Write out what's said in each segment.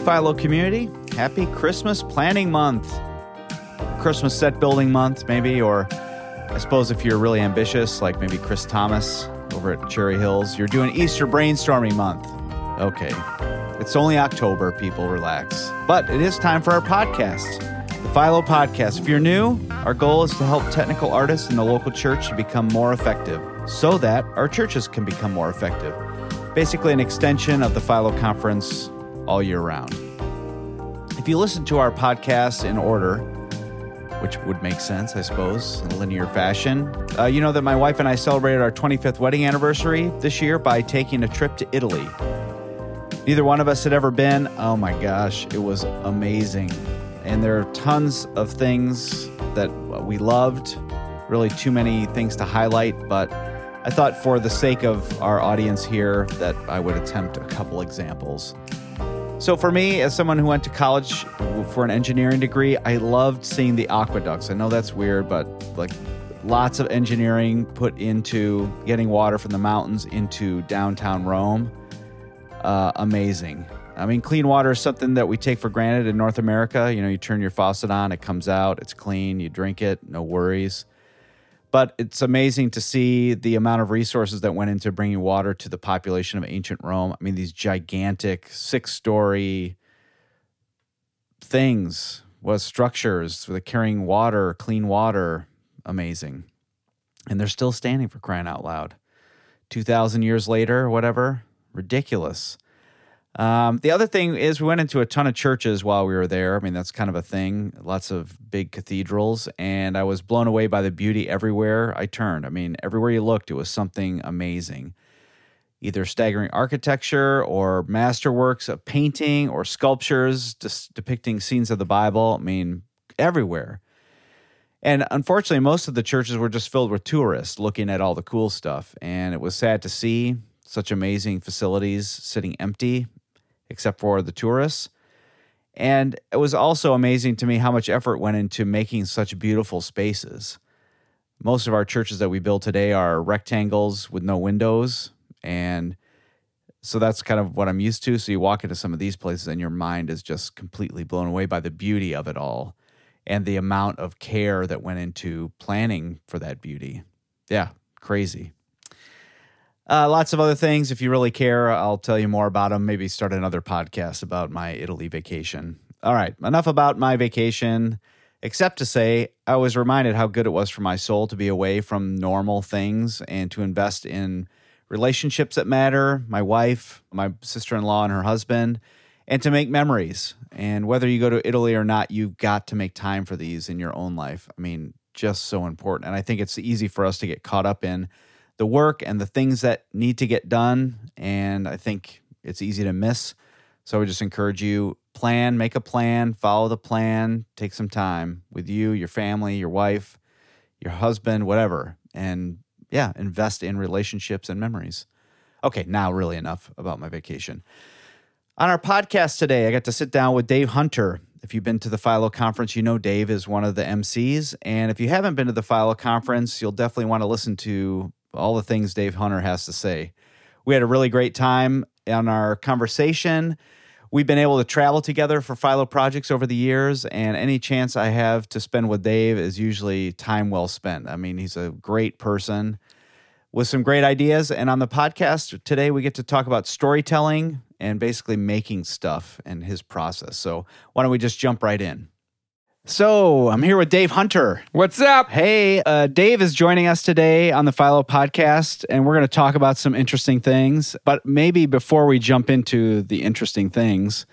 Philo community, happy Christmas planning month. Christmas set building month, maybe, or I suppose if you're really ambitious, like maybe Chris Thomas over at Cherry Hills, you're doing Easter brainstorming month. Okay. It's only October, people, relax. But it is time for our podcast, the Philo Podcast. If you're new, our goal is to help technical artists in the local church to become more effective so that our churches can become more effective. Basically, an extension of the Philo Conference all year round. If you listen to our podcast in order, which would make sense, I suppose, in a linear fashion. Uh, you know that my wife and I celebrated our 25th wedding anniversary this year by taking a trip to Italy. Neither one of us had ever been. Oh my gosh, it was amazing. And there are tons of things that we loved, really, too many things to highlight, but I thought for the sake of our audience here that I would attempt a couple examples. So for me, as someone who went to college for an engineering degree, I loved seeing the aqueducts. I know that's weird, but like lots of engineering put into getting water from the mountains into downtown Rome. Uh, amazing. I mean, clean water is something that we take for granted in North America. You know, you turn your faucet on, it comes out, it's clean, you drink it, no worries. But it's amazing to see the amount of resources that went into bringing water to the population of ancient Rome. I mean, these gigantic six story things, was structures with carrying water, clean water, amazing. And they're still standing for crying out loud. 2,000 years later, or whatever, ridiculous. Um, the other thing is, we went into a ton of churches while we were there. I mean, that's kind of a thing. Lots of big cathedrals, and I was blown away by the beauty everywhere I turned. I mean, everywhere you looked, it was something amazing. Either staggering architecture or masterworks of painting or sculptures just depicting scenes of the Bible. I mean, everywhere. And unfortunately, most of the churches were just filled with tourists looking at all the cool stuff. And it was sad to see such amazing facilities sitting empty except for the tourists. And it was also amazing to me how much effort went into making such beautiful spaces. Most of our churches that we build today are rectangles with no windows. And so that's kind of what I'm used to. So you walk into some of these places and your mind is just completely blown away by the beauty of it all and the amount of care that went into planning for that beauty. Yeah, crazy. Uh, lots of other things. If you really care, I'll tell you more about them. Maybe start another podcast about my Italy vacation. All right, enough about my vacation, except to say I was reminded how good it was for my soul to be away from normal things and to invest in relationships that matter my wife, my sister in law, and her husband, and to make memories. And whether you go to Italy or not, you've got to make time for these in your own life. I mean, just so important. And I think it's easy for us to get caught up in the work and the things that need to get done. And I think it's easy to miss. So I would just encourage you plan, make a plan, follow the plan, take some time with you, your family, your wife, your husband, whatever. And yeah, invest in relationships and memories. Okay, now really enough about my vacation. On our podcast today, I got to sit down with Dave Hunter. If you've been to the Philo conference, you know Dave is one of the MCs. And if you haven't been to the Philo conference, you'll definitely want to listen to all the things Dave Hunter has to say. We had a really great time on our conversation. We've been able to travel together for Philo projects over the years, and any chance I have to spend with Dave is usually time well spent. I mean, he's a great person with some great ideas. And on the podcast today, we get to talk about storytelling and basically making stuff and his process. So, why don't we just jump right in? So, I'm here with Dave Hunter. What's up? Hey, uh, Dave is joining us today on the Philo podcast, and we're going to talk about some interesting things. But maybe before we jump into the interesting things,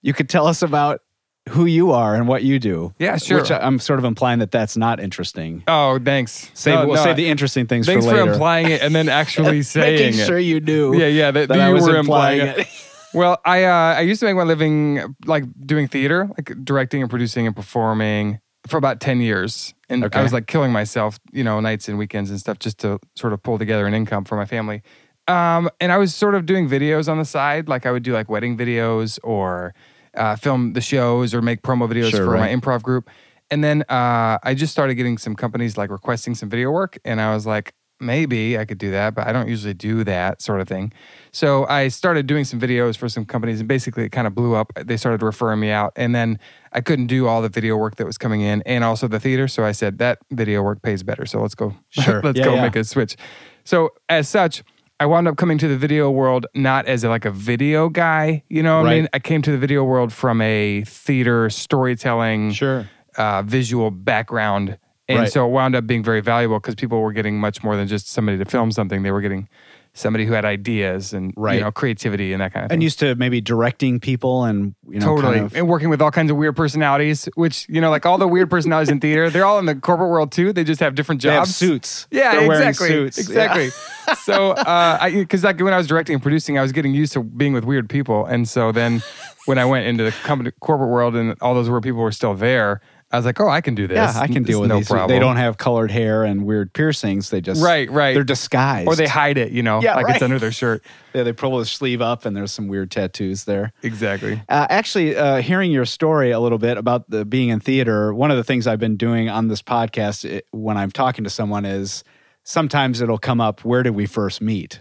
you could tell us about who you are and what you do. Yeah, sure. Which I- I'm sort of implying that that's not interesting. Oh, thanks. Save, No, we'll no, save the interesting things Thanks for for, later. implying it and then actually saying Making it. sure you do. Yeah, yeah, that, that you I was were implying, implying it. Well, I uh, I used to make my living like doing theater, like directing and producing and performing for about ten years, and Okay. I was like killing myself, you know, nights and weekends and stuff, just to sort of pull together an income for my family. Um, and I was sort of doing videos on the side, like I would do like wedding videos or uh, film the shows or make promo videos Sure, for right. my improv group. And then uh, I just started getting some companies like requesting some video work, and I was like, maybe I could do that, but I don't usually do that sort of thing. So I started doing some videos for some companies and basically it kind of blew up. They started referring me out and then I couldn't do all the video work that was coming in and also the theater. So I said that video work pays better. So let's go. Sure. let's Yeah, go yeah. make a switch. So as such, I wound up coming to the video world not as like a video guy, you know what I Right. mean? I came to the video world from a theater storytelling Sure. uh, visual background. And Right. so it wound up being very valuable because people were getting much more than just somebody to film something. They were getting somebody who had ideas and Right. you know creativity and that kind of thing. And used to maybe directing people and you know totally. kind of- And working with all kinds of weird personalities, which you know, like all the weird personalities in theater, they're all in the corporate world too. They just have different they have jobs. suits. Yeah, They're wearing exactly. suits. Yeah. Exactly. so, uh, because like when I was directing and producing, I was getting used to being with weird people, and so then when I went into the company, corporate world and all those weird people were still there, I was like, oh, I can do this. Yeah, I can It's deal with no these. problem. They don't have colored hair and weird piercings. They just Right, right. They're disguised, or they hide it, you know, Yeah, like right. it's under their shirt. yeah, they pull the sleeve up and there's some weird tattoos there. Exactly. Uh, actually, uh, hearing your story a little bit about the being in theater, one of the things I've been doing on this podcast i when I'm talking to someone is sometimes it'll come up. Where did we first meet?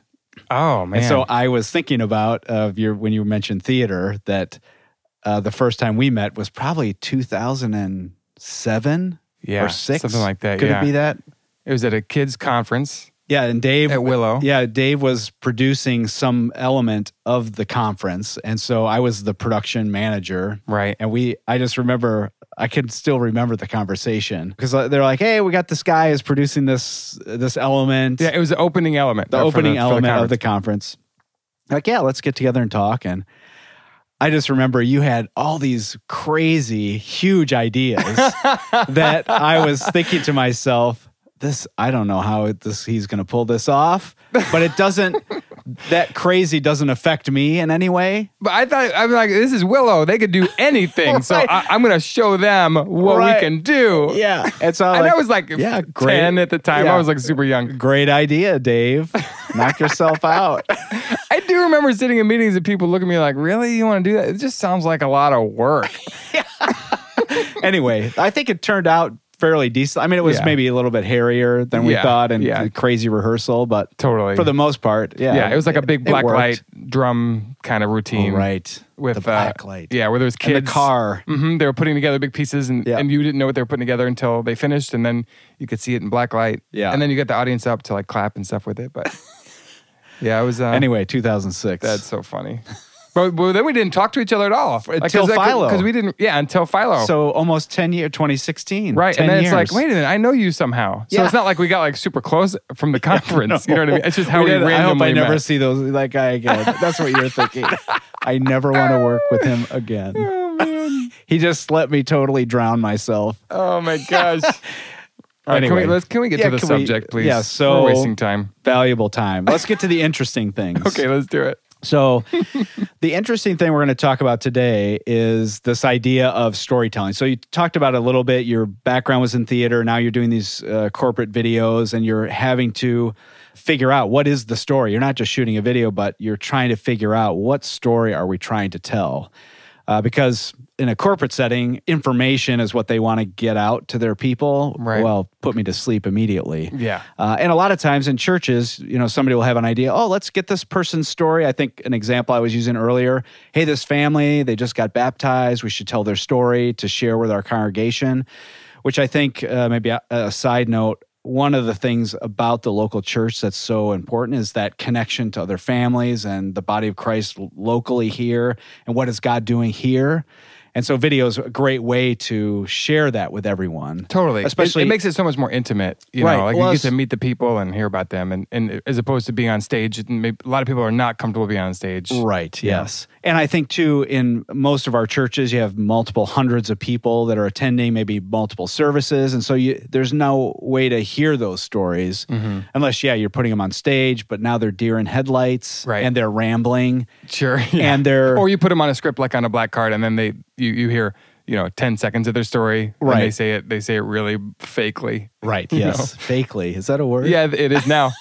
Oh man. And so I was thinking about of your when you mentioned theater that uh, the first time we met was probably 2007 yeah, or six, something like that. Could yeah. it be that? It was at a kids conference Yeah, and Dave at Willow. Yeah, Dave was producing some element of the conference, and so I was the production manager. Right. And we, I just remember, I can still remember the conversation because they're like, "Hey, we got this guy is producing this this element, Yeah, it was the opening element. the uh, for opening for element of conference. the conference." Like, yeah, let's get together and talk. And I just remember you had all these crazy, huge ideas that I was thinking to myself, this, I don't know how it, this he's going to pull this off, but it doesn't, that crazy doesn't affect me in any way. But I thought I'm like, this is Willow. They could do anything. So Right. I, I'm going to show them what Right. we can do. Yeah. And so And like, I was like yeah, great. 10 at the time. Yeah. I was like super young. great idea, Dave. Knock yourself out. I do remember sitting in meetings and people looking at me like, really? You want to do that? It just sounds like a lot of work. anyway, I think it turned out fairly decent. I mean, it was Yeah. maybe a little bit hairier than we Yeah, thought and yeah. the crazy rehearsal, but totally. for the most part, yeah. yeah, it was like a big it black worked. light drum kind of routine. Right. With the uh, black light. Yeah, where there was kids. And the car. hmm They were putting together big pieces, and, Yeah. and you didn't know what they were putting together until they finished, and then you could see it in black light. Yeah. and then you got the audience up to like clap and stuff with it. But yeah, it was uh, Anyway, 2006. That's so funny. but, but then we didn't talk to each other at all until Philo. because we didn't. Yeah, until Philo. So almost 10 year 2016. right, 10 and then years. it's like, wait a minute, I know you somehow. So Yeah. it's not like we got like super close from the conference. You know what I mean? It's just how We we, did- randomly I hope I met. never see those that guy again. That's what you're thinking. I never want to work with him again. Oh, man. He just let me totally drown myself. Oh my gosh. All right, Anyway. can we let's can we get Yeah, to the can we- subject, please? yeah, so- we're wasting time. Valuable time. Let's get to the interesting things. Okay, let's do it. So, the interesting thing we're going to talk about today is this idea of storytelling. So, you talked about it a little bit. Your background was in theater. Now you're doing these uh, corporate videos and you're having to figure out what is the story. You're not just shooting a video, but you're trying to figure out what story are we trying to tell. Uh, because in a corporate setting, information is what they want to get out to their people. Right. Well, put me to sleep immediately. Yeah. Uh, and a lot of times in churches, you know, somebody will have an idea. Oh, let's get this person's story. I think an example I was using earlier. Hey, this family, they just got baptized. We should tell their story to share with our congregation, which I think uh, maybe a, a side note. One of the things about the local church that's so important is that connection to other families and the body of Christ locally here and what is God doing here. And so, video is a great way to share that with everyone. Totally. It- Especially- it, makes it so much more intimate. You Right. know, like Well, you it's- get to meet the people and hear about them and, and as opposed to being on stage, and maybe, a lot of people are not comfortable being on stage. Right. Yes. And I think too, in most of our churches, you have multiple hundreds of people that are attending, maybe multiple services, and so you, there's no way to hear those stories Mm-hmm. unless, yeah, you're putting them on stage. But now they're deer in headlights, Right. And they're rambling, Sure. yeah. and they're or you put them on a script like on a black card and then they you, you hear, you know, 10 seconds of their story. and they Right. say it they say it really fakely. right. Yes. Fakely. Is that a word? Yeah, it is now.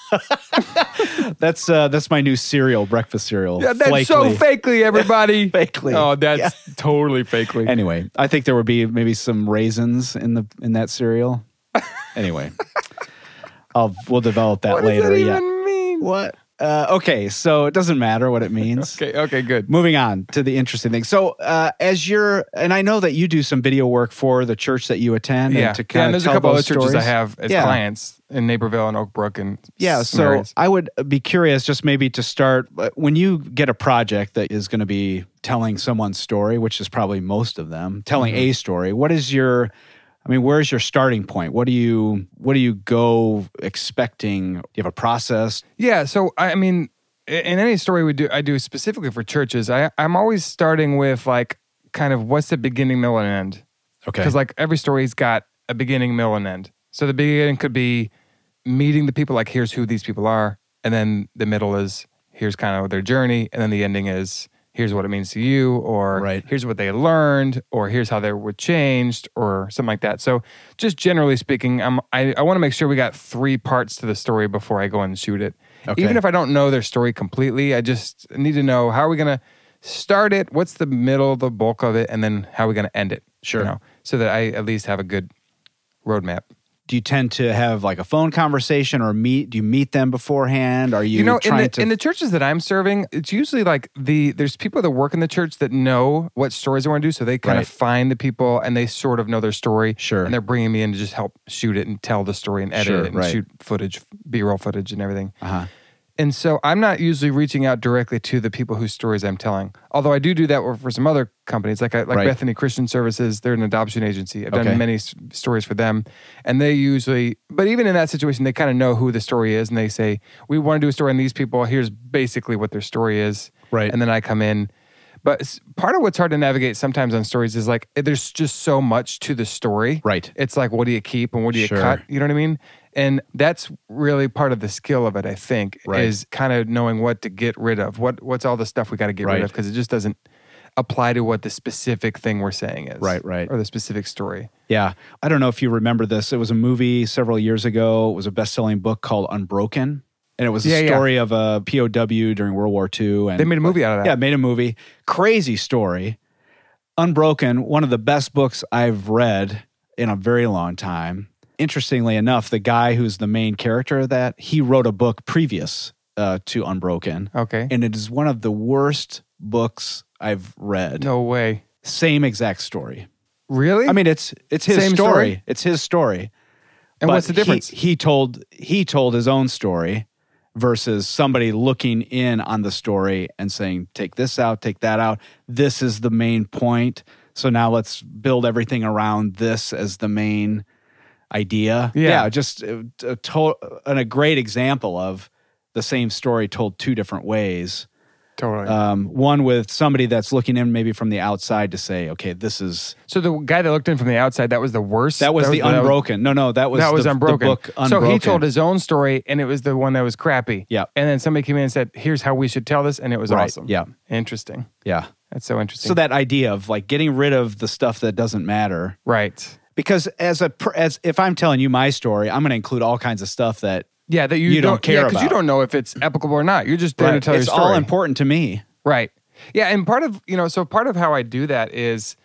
That's uh, that's my new cereal, breakfast cereal. Yeah, that's so Flakely. fakely, everybody. Fakely. Oh, that's totally fakely. Anyway, I think there would be maybe some raisins in the in that cereal. Anyway. I'll, we'll develop that what later. does that yeah. even mean? What? Uh, okay, so it doesn't matter what it means. Okay, okay, good. Moving on to the interesting thing. So, uh, as you're, and I know that you do some video work for the church that you attend. Yeah, and to yeah kind and of there's a tell couple those other churches I stories. have as Yeah. clients in Naperville and Oak Brook and Yeah, s- some so areas. I would be curious, just maybe to start, uh, when you get a project that is going to be telling someone's story, which is probably most of them, telling Mm-hmm. a story. What is your, I mean, where's your starting point? What do you, what do you go expecting? Do you have a process? Yeah. So I I mean, i- in any story we do, I do specifically for churches. I I'm always starting with like kind of what's the beginning, middle, and end. Okay, Because like every story's got a beginning, middle, and end. So the beginning could be meeting the people. Like here's who these people are, and then the middle is here's kind of their journey, and then the ending is here's what it means to you, or Right. here's what they learned, or here's how they were changed, or something like that. So just generally speaking, I'm, I I want to make sure we got three parts to the story before I go and shoot it. Okay. Even if I don't know their story completely, I just need to know how are we gonna start it, what's the middle, the bulk of it, and then how are we gonna end it Sure. you know, so that I at least have a good roadmap. do you tend to have like a phone conversation or meet? Do you meet them beforehand? Are you, You, know, in trying the, to? in the churches that I'm serving, it's usually like the there's people that work in the church that know what stories they want to do, so they kind Right. of find the people and they sort of know their story. Sure. and they're bringing me in to just help shoot it and tell the story and edit Sure, it and right. shoot footage, B-roll footage and everything. uh-huh. And so I'm not usually reaching out directly to the people whose stories I'm telling. Although I do do that for some other companies, like I, like Right. Bethany Christian Services, they're an adoption agency. I've Okay. done many s- stories for them, and they usually, but even in that situation, they kind of know who the story is, and they say, "We want to do a story on these people. Here's basically what their story is." Right. And then I come in. But s- part of what's hard to navigate sometimes on stories is like eh, there's just so much to the story. Right. It's like what do you keep and what do you Sure. cut? You know what I mean? And that's really part of the skill of it, I think, Right. is kind of knowing what to get rid of. What what's all the stuff we got to get Right. rid of because it just doesn't apply to what the specific thing we're saying is. Right, right. Or the specific story. Yeah. I don't know if you remember this. It was a movie several years ago. It was a best selling book called Unbroken. And it was a Yeah, yeah. story of a POW during World War II. And They made a movie out of that. yeah, made a movie. Crazy story. Unbroken, one of the best books I've read in a very long time. Interestingly enough, the guy who's the main character of that, he wrote a book previous uh, to Unbroken. Okay. And it is one of the worst books I've read. no way. Same exact story. Really? I mean, it's it's his Same story. story? It's his story. But and what's the he- difference? He, told he told his own story versus somebody looking in on the story and saying, "Take this out, take that out. This is the main point. So now let's build everything around this as the main idea." Yeah. just uh, a, to- and a great example of the same story told two different ways. totally. Um, one with somebody that's looking in maybe from the outside to say, "Okay, this is." so the guy that looked in from the outside, that was the worst. That was the unbroken. No, no, that was that was the, the unbroken. book unbroken. So he told his own story, and it was the one that was crappy. Yeah. And then somebody came in and said, "Here's how we should tell this," and it was Right, awesome. yeah. Interesting. Yeah. That's so interesting. So that idea of like getting rid of the stuff that doesn't matter, right. because as a per- as if I'm telling you my story, I'm going to include all kinds of stuff that Yeah, that you, You don't care because you about. don't know if it's applicable or not. You're just there to tell it's your story. all important to me. Right. Yeah, and part of you know, so part of how I do that is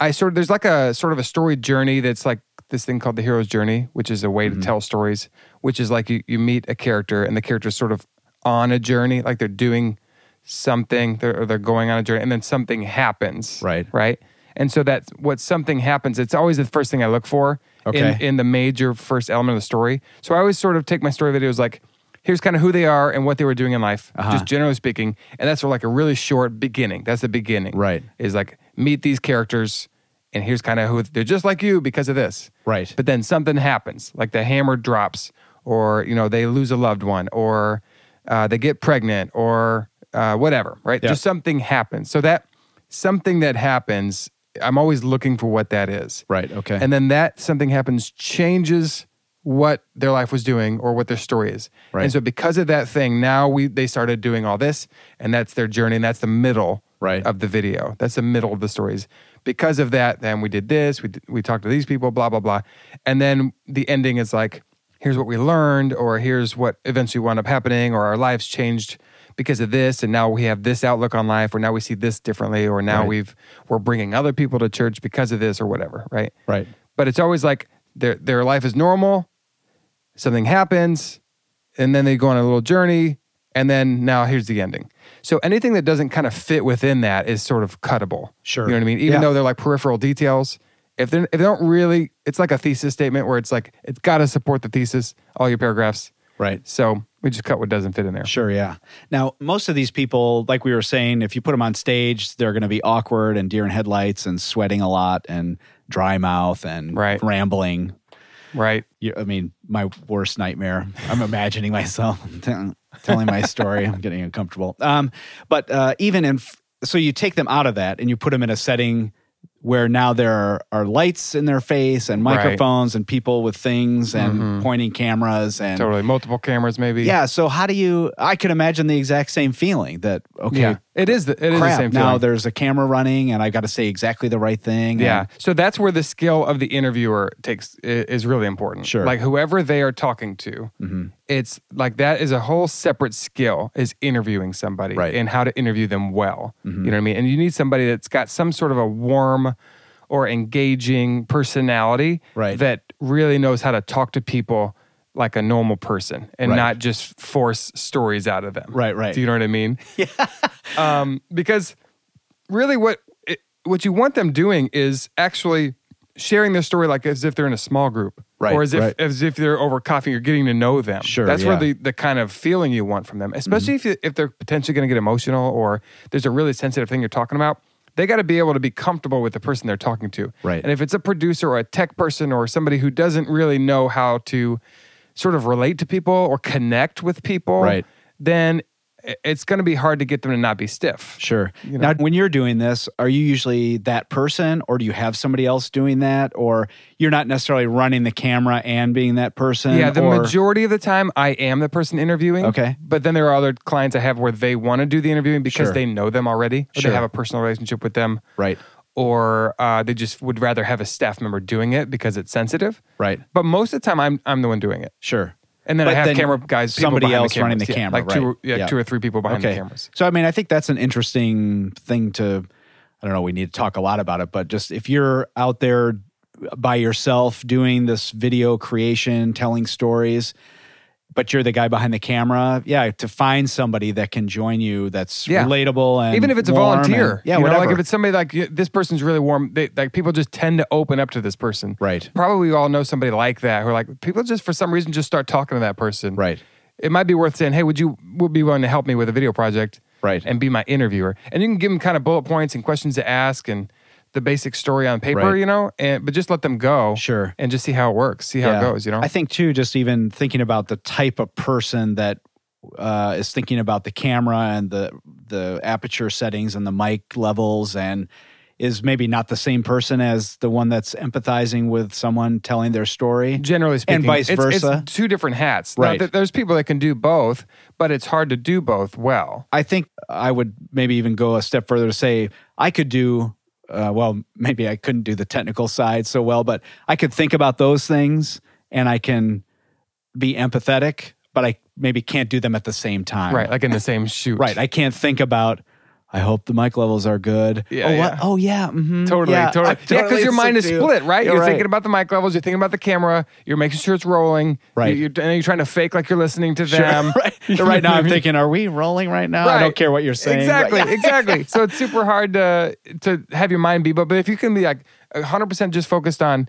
I sort of there's like a sort of a story journey that's like this thing called the hero's journey, which is a way to tell stories, which is like you, you meet a character and the character's sort of on a journey, like they're doing something, they're or they're going on a journey, and then something happens. Right. Right. And so that's what something happens, it's always the first thing I look for Okay. in, in the major first element of the story. So I always sort of take my story videos like, here's kind of who they are and what they were doing in life, Uh-huh. just generally speaking. And that's sort of like a really short beginning. That's the beginning. Right. Is like, meet these characters and here's kind of who they're just like you because of this. Right. But then something happens, like the hammer drops, or, you know, they lose a loved one, or uh, they get pregnant, or uh, whatever, right? Yeah. Just something happens. So that something that happens, I'm always looking for what that is. Right. Okay. And then that something happens changes what their life was doing or what their story is. Right. And so because of that thing, now we they started doing all this and that's their journey and that's the middle Right. of the video. That's the middle of the stories. Because of that, then we did this, we d- we talked to these people, blah blah blah. And then the ending is like here's what we learned or here's what eventually wound up happening or our lives changed because of this and now we have this outlook on life or now we see this differently or now Right. we've we're bringing other people to church because of this or whatever, right? right. but it's always like their their life is normal something happens, and then they go on a little journey, and then now here's the ending. So anything that doesn't kind of fit within that is sort of cuttable. Sure. You know what I mean? Even Yeah. though they're like peripheral details, if they if they don't really, it's like a thesis statement where it's like it's got to support the thesis, all your paragraphs. Right. So we just cut what doesn't fit in there. Sure, yeah. Now, most of these people, like we were saying, if you put them on stage, they're going to be awkward and deer in headlights and sweating a lot and dry mouth and Right. rambling. Right. You, I mean, my worst nightmare. I'm imagining myself telling telling my story. I'm getting uncomfortable. Um, but uh, even in, f- so you take them out of that and you put them in a setting where now there are, are lights in their face and Right. Mm-hmm. microphones and people with things and pointing cameras and Totally. Multiple cameras, maybe. yeah. So how do you? I could imagine the exact same feeling that okay, Yeah. It is. The, it is the crap. same. now feeling. there's a camera running, and I got to say exactly the right thing. Yeah. and- So that's where the skill of the interviewer takes i- is really important. Sure. Mm-hmm. Like whoever they are talking to, it's like that is a whole separate skill is interviewing somebody Right. Mm-hmm. and how to interview them well. You know what I mean? And you need somebody that's got some sort of a warm or engaging personality Right. that really knows how to talk to people like a normal person and Right. not just force stories out of them. Right, right. Do you know what I mean? Yeah. um, because really what it, what you want them doing is actually sharing their story like as if they're in a small group Right, or as if right. as if they're over coffee you're getting to know them Sure, that's yeah. Mm-hmm. where the, the kind of feeling you want from them especially if, you, if they're potentially going to get emotional or there's a really sensitive thing you're talking about they got to be able to be comfortable with the person they're talking to Right. and if it's a producer or a tech person or somebody who doesn't really know how to sort of relate to people or connect with people Right. then i- it's going to be hard to get them to not be stiff Sure. Now, when you're doing this, are you usually that person, or do you have somebody else doing that, or you're not necessarily running the camera and being that person? Yeah, the or- majority of the time I am the person interviewing. Okay. But then there are other clients I have where they want to do the interviewing because Sure. they know them already or Sure. they have a personal relationship with them. Right. Or uh, they just would rather have a staff member doing it because it's sensitive. Right. But most of the time I'm I'm the one doing it. Sure. And then But I have then camera guys, people somebody behind else running cameras. the Yeah, camera, like two, right. or- yeah, Yeah. two or three people behind okay. the cameras. So I mean, I think that's an interesting thing to. I don't know. We need to talk a lot about it, but just if you're out there by yourself doing this video creation, telling stories, but you're the guy behind the camera, yeah, to find somebody that can join you, that's Yeah. relatable, and Even if it's a warm and- volunteer, yeah, you know, whatever. like if it's somebody like y- this person's really warm, they, like people just tend to open up to this person. Right. Probably we all know somebody like that who are like people just for some reason just start talking to that person. right, it might be worth saying, "Hey, would you would be willing to help me with a video project, Right. And be my interviewer." And you can give them kind of bullet points and questions to ask and the basic story on paper, Right. you know. And but just let them go, Sure. and just see how it works, see how it goes, you know. I think too, just even thinking about the type of person that uh, is thinking about the camera and the the aperture settings and the mic levels and is maybe not the same person as the one that's empathizing with someone telling their story. Generally speaking, vice it's- versa. it's two different hats. Now, Right. th- there's people that can do both, but it's hard to do both well. I think I would maybe even go a step further to say I could do. Uh, well, maybe I couldn't do the technical side so well, but I could think about those things and I can be empathetic, but I maybe can't do them at the same time. Right, like in the same shoot. Right. I can't think about. I hope the mic levels are good. Yeah, Oh, yeah. what? Oh, yeah. mhm, Totally, yeah, totally. I yeah, because your mind is too. split, right? You're right. thinking about the mic levels, you're thinking about the camera, you're making sure it's rolling, Right. You're, you're, and you're trying to fake like you're listening to them. right. right now, I'm thinking, are we rolling right now? I Right. don't care what you're saying. Exactly, Right. exactly. So it's super hard to to have your mind be, but but if you can be like 100 percent just focused on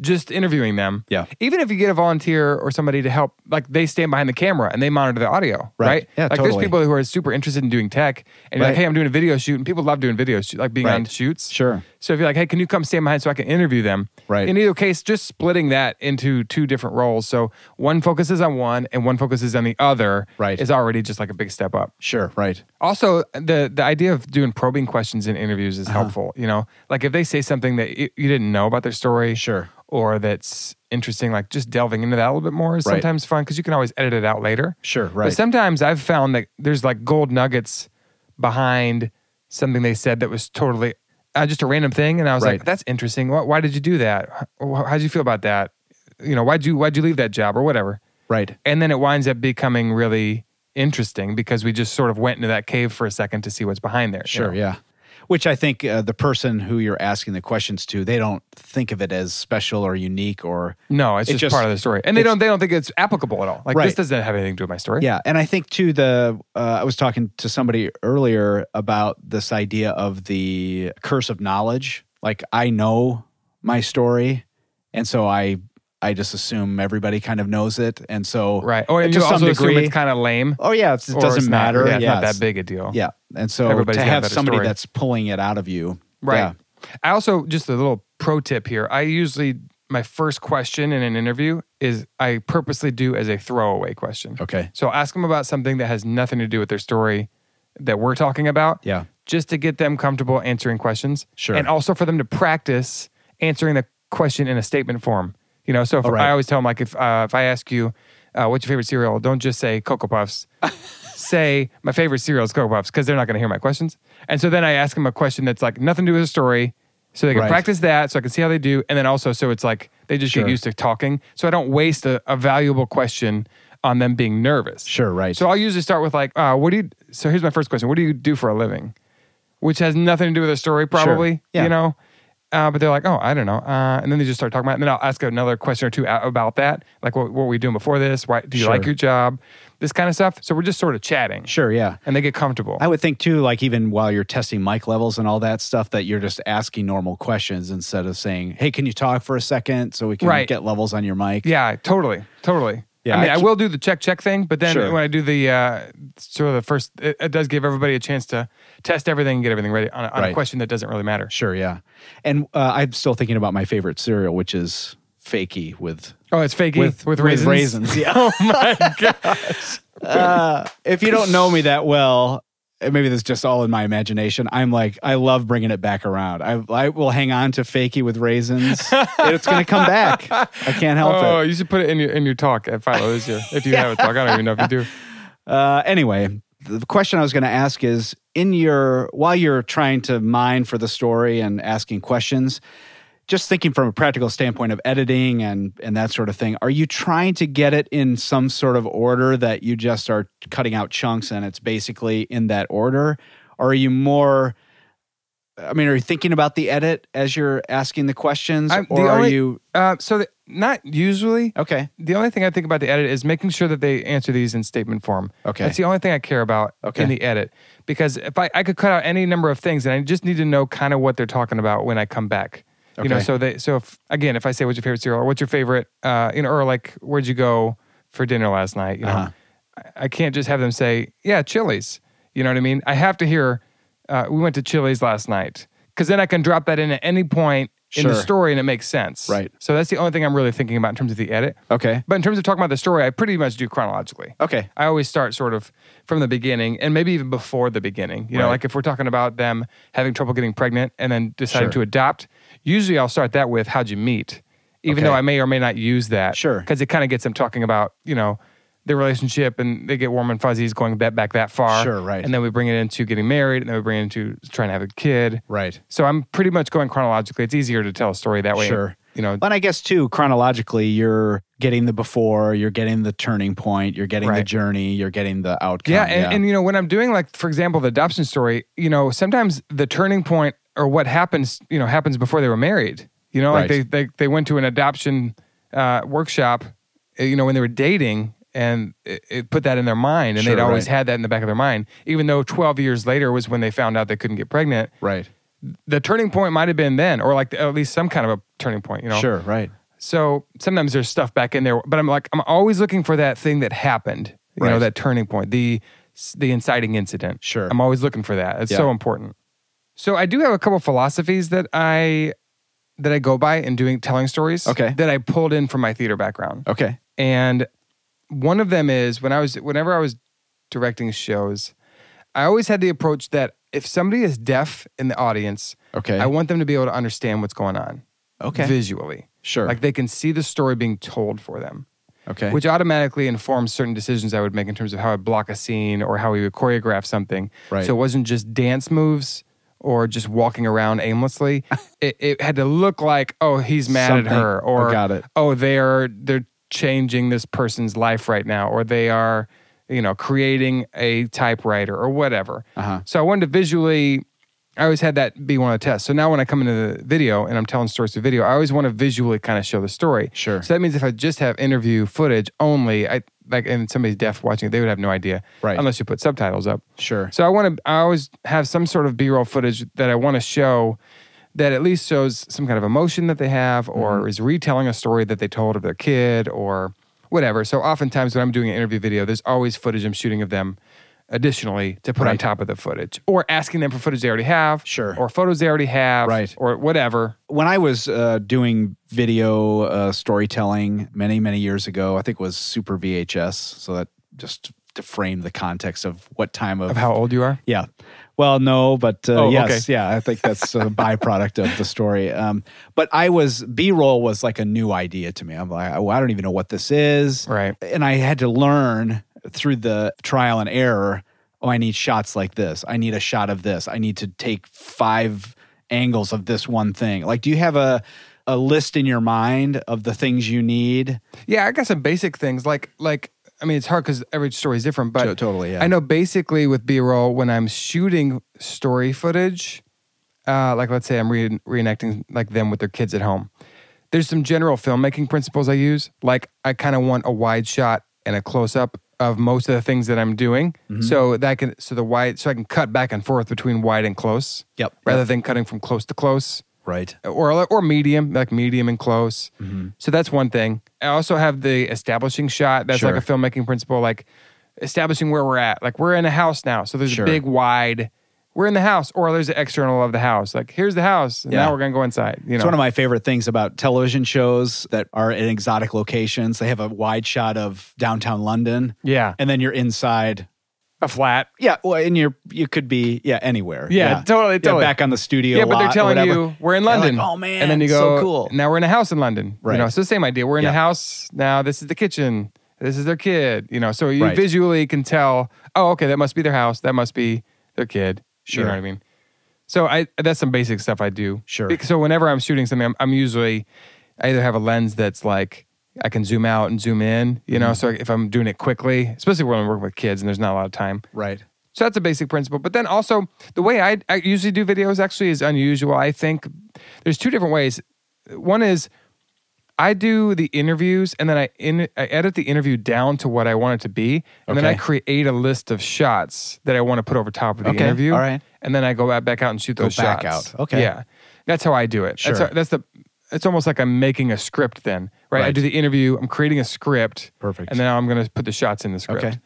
just interviewing them, Yeah. Even if you get a volunteer or somebody to help, like they stand behind the camera and they monitor the audio, right? Yeah, like totally. there's people who are super interested in doing tech, and you're like, Right. hey, I'm doing a video shoot, and people love doing video shoot, like being on Right. shoots, Sure. So if you're like, hey, can you come stand behind so I can interview them? Right. In either case, just splitting that into two different roles. So one focuses on one and one focuses on the other. Right. Is already just like a big step up. Sure. Right. Also, the the idea of doing probing questions in interviews is Uh-huh. helpful. You know, like if they say something that you, you didn't know about their story, Sure. or that's interesting, like just delving into that a little bit more is Right. sometimes fun because you can always edit it out later. Sure. But Right. sometimes I've found that there's like gold nuggets behind something they said that was totally uh, just a random thing, and I was like, Right. "That's interesting. Why, why did you do that? How would you feel about that? You know, why'd you why'd you leave that job or whatever?" right. and then it winds up becoming really interesting because we just sort of went into that cave for a second to see what's behind there. you Sure. know? Yeah. which I think uh, the person who you're asking the questions to, they don't think of it as special or unique or No, it's It just, just- part of the story, and they don't they don't think it's applicable at all. Like this Right. doesn't have anything to do with my story. Yeah, and I think too the uh, I was talking to somebody earlier about this idea of the curse of knowledge. Like I know my story, and so I I just assume everybody kind of knows it, and so right. Or To you some also assume degree. it's kind of lame. oh yeah, it's, it or it's doesn't not- matter. yeah, it's yeah, not that big a deal. Yeah, and so Everybody's to got a have better somebody story. that's pulling it out of you, Right. yeah. I also just a little pro tip here. I usually my first question in an interview is I purposely do as a throwaway question. Okay. So ask them about something that has nothing to do with their story that we're talking about. Yeah. Just to get them comfortable answering questions. Sure. And also for them to practice answering the question in a statement form. You know, so if, Oh, right. I always tell them like if uh, if I ask you uh, what's your favorite cereal, don't just say Cocoa Puffs. say my favorite cereal is Cocoa Puffs because they're not going to hear my questions. And so then I ask them a question that's like nothing to do with the story, so they can Right. practice that, so I can see how they do, and then also so it's like they just Sure. get used to talking, so I don't waste a, a valuable question on them being nervous. Sure, right. So I'll usually start with like, uh, what do you? So here's my first question: What do you do for a living? Which has nothing to do with the story, probably. Yeah. You know. Uh, but they're like, oh, I don't know. Uh, and then they just start talking about it. And then I'll ask another question or two a- about that. Like, what, what were we doing before this? Why do you Sure. like your job? This kind of stuff. So we're just sort of chatting. Sure, yeah. And they get comfortable. I would think too, like even while you're testing mic levels and all that stuff, that you're just asking normal questions instead of saying, "Hey, can you talk for a second so we can Right. get levels on your mic?" yeah, totally. Totally. Yeah, I mean, I I, c- will do the check check thing, but then Sure. when I do the uh, sort of the first, it, it does give everybody a chance to test everything and get everything ready on, a, on a Right. question that doesn't really matter. Sure, yeah. And uh, I'm still thinking about my favorite cereal, which is Fakey with Oh, it's fakey with, raisins. Yeah. oh my gosh. Uh, if you don't know me that well, and maybe that's just all in my imagination. I'm like, I love bringing it back around. I, I will hang on to Fakey with raisins. it's going to come back. I can't help it. Oh, you should put it in your in your talk at Philo this year. If you have a talk, I don't even know if you do. Uh, anyway, the question I was going to ask is in your while you're trying to mine for the story and asking questions, just thinking from a practical standpoint of editing and and that sort of thing, are you trying to get it in some sort of order that you just are cutting out chunks and it's basically in that order, or are you more I mean, are you thinking about the edit as you're asking the questions, I'm- the or are only- you Uh, so the, not usually. okay? The only thing I think about the edit is making sure that they answer these in statement form. Okay. That's the only thing I care about Okay. in the edit because if I, I could cut out any number of things and I just need to know kind of what they're talking about when I come back. You know, Okay. so they so if again if I say what's your favorite cereal or what's your favorite uh you know or like where'd you go for dinner last night, you know. Uh-huh. I- I can't just have them say, "Yeah, Chili's." You know what I mean? I have to hear uh, we went to Chili's last night because then I can drop that in at any point in the Sure. story and it makes sense. Right. So that's the only thing I'm really thinking about in terms of the edit. Okay, But in terms of talking about the story, I pretty much do chronologically. okay, I always start sort of from the beginning and maybe even before the beginning. You know, Right. like if we're talking about them having trouble getting pregnant and then deciding Sure. to adopt, usually I'll start that with how'd you meet, even Okay. though I may or may not use that. Sure. Because it kind of gets them talking about, you know, their relationship and they get warm and fuzzies going that back that far. Sure, right. And then we bring it into getting married and then we bring it into trying to have a kid. right. So I'm pretty much going chronologically. It's easier to tell a story that way. Sure. You know, Well, And I guess too, chronologically, you're getting the before, you're getting the turning point, you're getting the Right. journey, you're getting the outcome. Yeah, and, and you know when I'm doing like for example the adoption story, you know sometimes the turning point or what happens, you know, happens before they were married. You know, like they Right. they they went to an adoption uh, workshop, uh, you know, when they were dating, and it, it put that in their mind, and Sure, they'd always right. had that in the back of their mind, even though 12 years later was when they found out they couldn't get pregnant. right. The turning point might have been then, or like at least some kind of a turning point. You know, Sure, right. so sometimes there's stuff back in there, but I'm like, I'm always looking for that thing that happened, you know, Right. that turning point, the the inciting incident. Sure. I'm always looking for that. It's so Yeah. important. So I do have a couple philosophies that I that I go by in doing telling stories. Okay. That I pulled in from my theater background. Okay. And one of them is when I was whenever I was directing shows, I always had the approach that if somebody is deaf in the audience, Okay. I want them to be able to understand what's going on okay. visually. sure. Like they can see the story being told for them, okay. which automatically informs certain decisions I would make in terms of how I block a scene or how we would choreograph something. Right. So it wasn't just dance moves or just walking around aimlessly. it, it had to look like, oh, he's mad Something- at her, or I got it. oh, they're they're changing this person's life right now, or they are, you know, creating a typewriter or whatever. Uh-huh. So I wanted to visually I always had that be one of the tests. So now when I come into the video and I'm telling stories through video, I always want to visually kind of show the story. Sure. So that means if I just have interview footage only, I like and somebody's deaf watching it, they would have no idea. Right. Unless you put subtitles up. Sure. So I want to. I always have some sort of B-roll footage that I want to show that at least shows some kind of emotion that they have, Mm-hmm. or is retelling a story that they told of their kid, or whatever. So oftentimes when I'm doing an interview video, there's always footage I'm shooting of them. Additionally, to put on Right. top of the footage, or asking them for footage they already have, Sure. or photos they already have, Right. or whatever. when I was uh, doing video uh, storytelling many, many years ago, I think it was Super VHS. So that just to frame the context of what time of, Of how old you are? yeah. Well, no, but uh, Oh, yes, yeah. I think that's a byproduct of the story. Um, but I was B roll was like a new idea to me. I'm like, oh, I don't even know what this is, Right. And I had to learn through the trial and error. Oh, I need shots like this. I need a shot of this. I need to take five angles of this one thing. Like, do you have a a list in your mind of the things you need? Yeah, I got some basic things like like I mean it's hard because every story is different, but To- totally, yeah. I know basically with B roll when I'm shooting story footage, uh, like let's say I'm re- reenacting like them with their kids at home. There's some general filmmaking principles I use. Like I kind of want a wide shot and a close up of most of the things that I'm doing, so that I can so the wide so I can cut back and forth between wide and close. Yep. Rather than cutting from close to close Right. or or medium, like medium and close. Mm-hmm. So that's one thing. I also have the establishing shot. That's Sure. like a filmmaking principle, like establishing where we're at. Like we're in a house now, so there's Sure. a big wide. We're in the house, or there's an external of the house. Like here's the house, and Yeah. now we're gonna go inside. You know, It's one of my favorite things about television shows that are in exotic locations. They have a wide shot of downtown London, yeah, and then you're inside. a flat. Yeah, well, and you're you could be yeah anywhere. Yeah, totally, Yeah, totally. back on the studio. Yeah, but they're lot or telling whatever. you we're in And like, London. oh man, and then you so go, cool. Now we're in a house in London, Right. You know, so same idea. We're in Yeah. a house now. This is the kitchen. This is their kid. You know, so you Right. visually can tell. Oh, okay, that must be their house. That must be their kid. Sure. You know what I mean? So I that's some basic stuff I do. Sure. Bec- So whenever I'm shooting something, I'm, I'm usually I either have a lens that's like I can zoom out and zoom in. You Mm-hmm. know, so if I'm doing it quickly, especially when I'm working with kids and there's not a lot of time. right. So that's a basic principle. But then also, the way I, I usually do videos actually is unusual. I think there's two different ways. One is I do the interviews and then I, in, I edit the interview down to what I want it to be. And then I Okay. create a list of shots that I want to put over top of the Okay, interview. all right. And then I go back- back out and shoot those back shots. out, okay. Yeah. That's how I do it. Sure. That's, how, that's the. It's almost like I'm making a script then, right? I Right. do the interview, I'm creating a script. Perfect. And then I'm going to put the shots in the script Okay.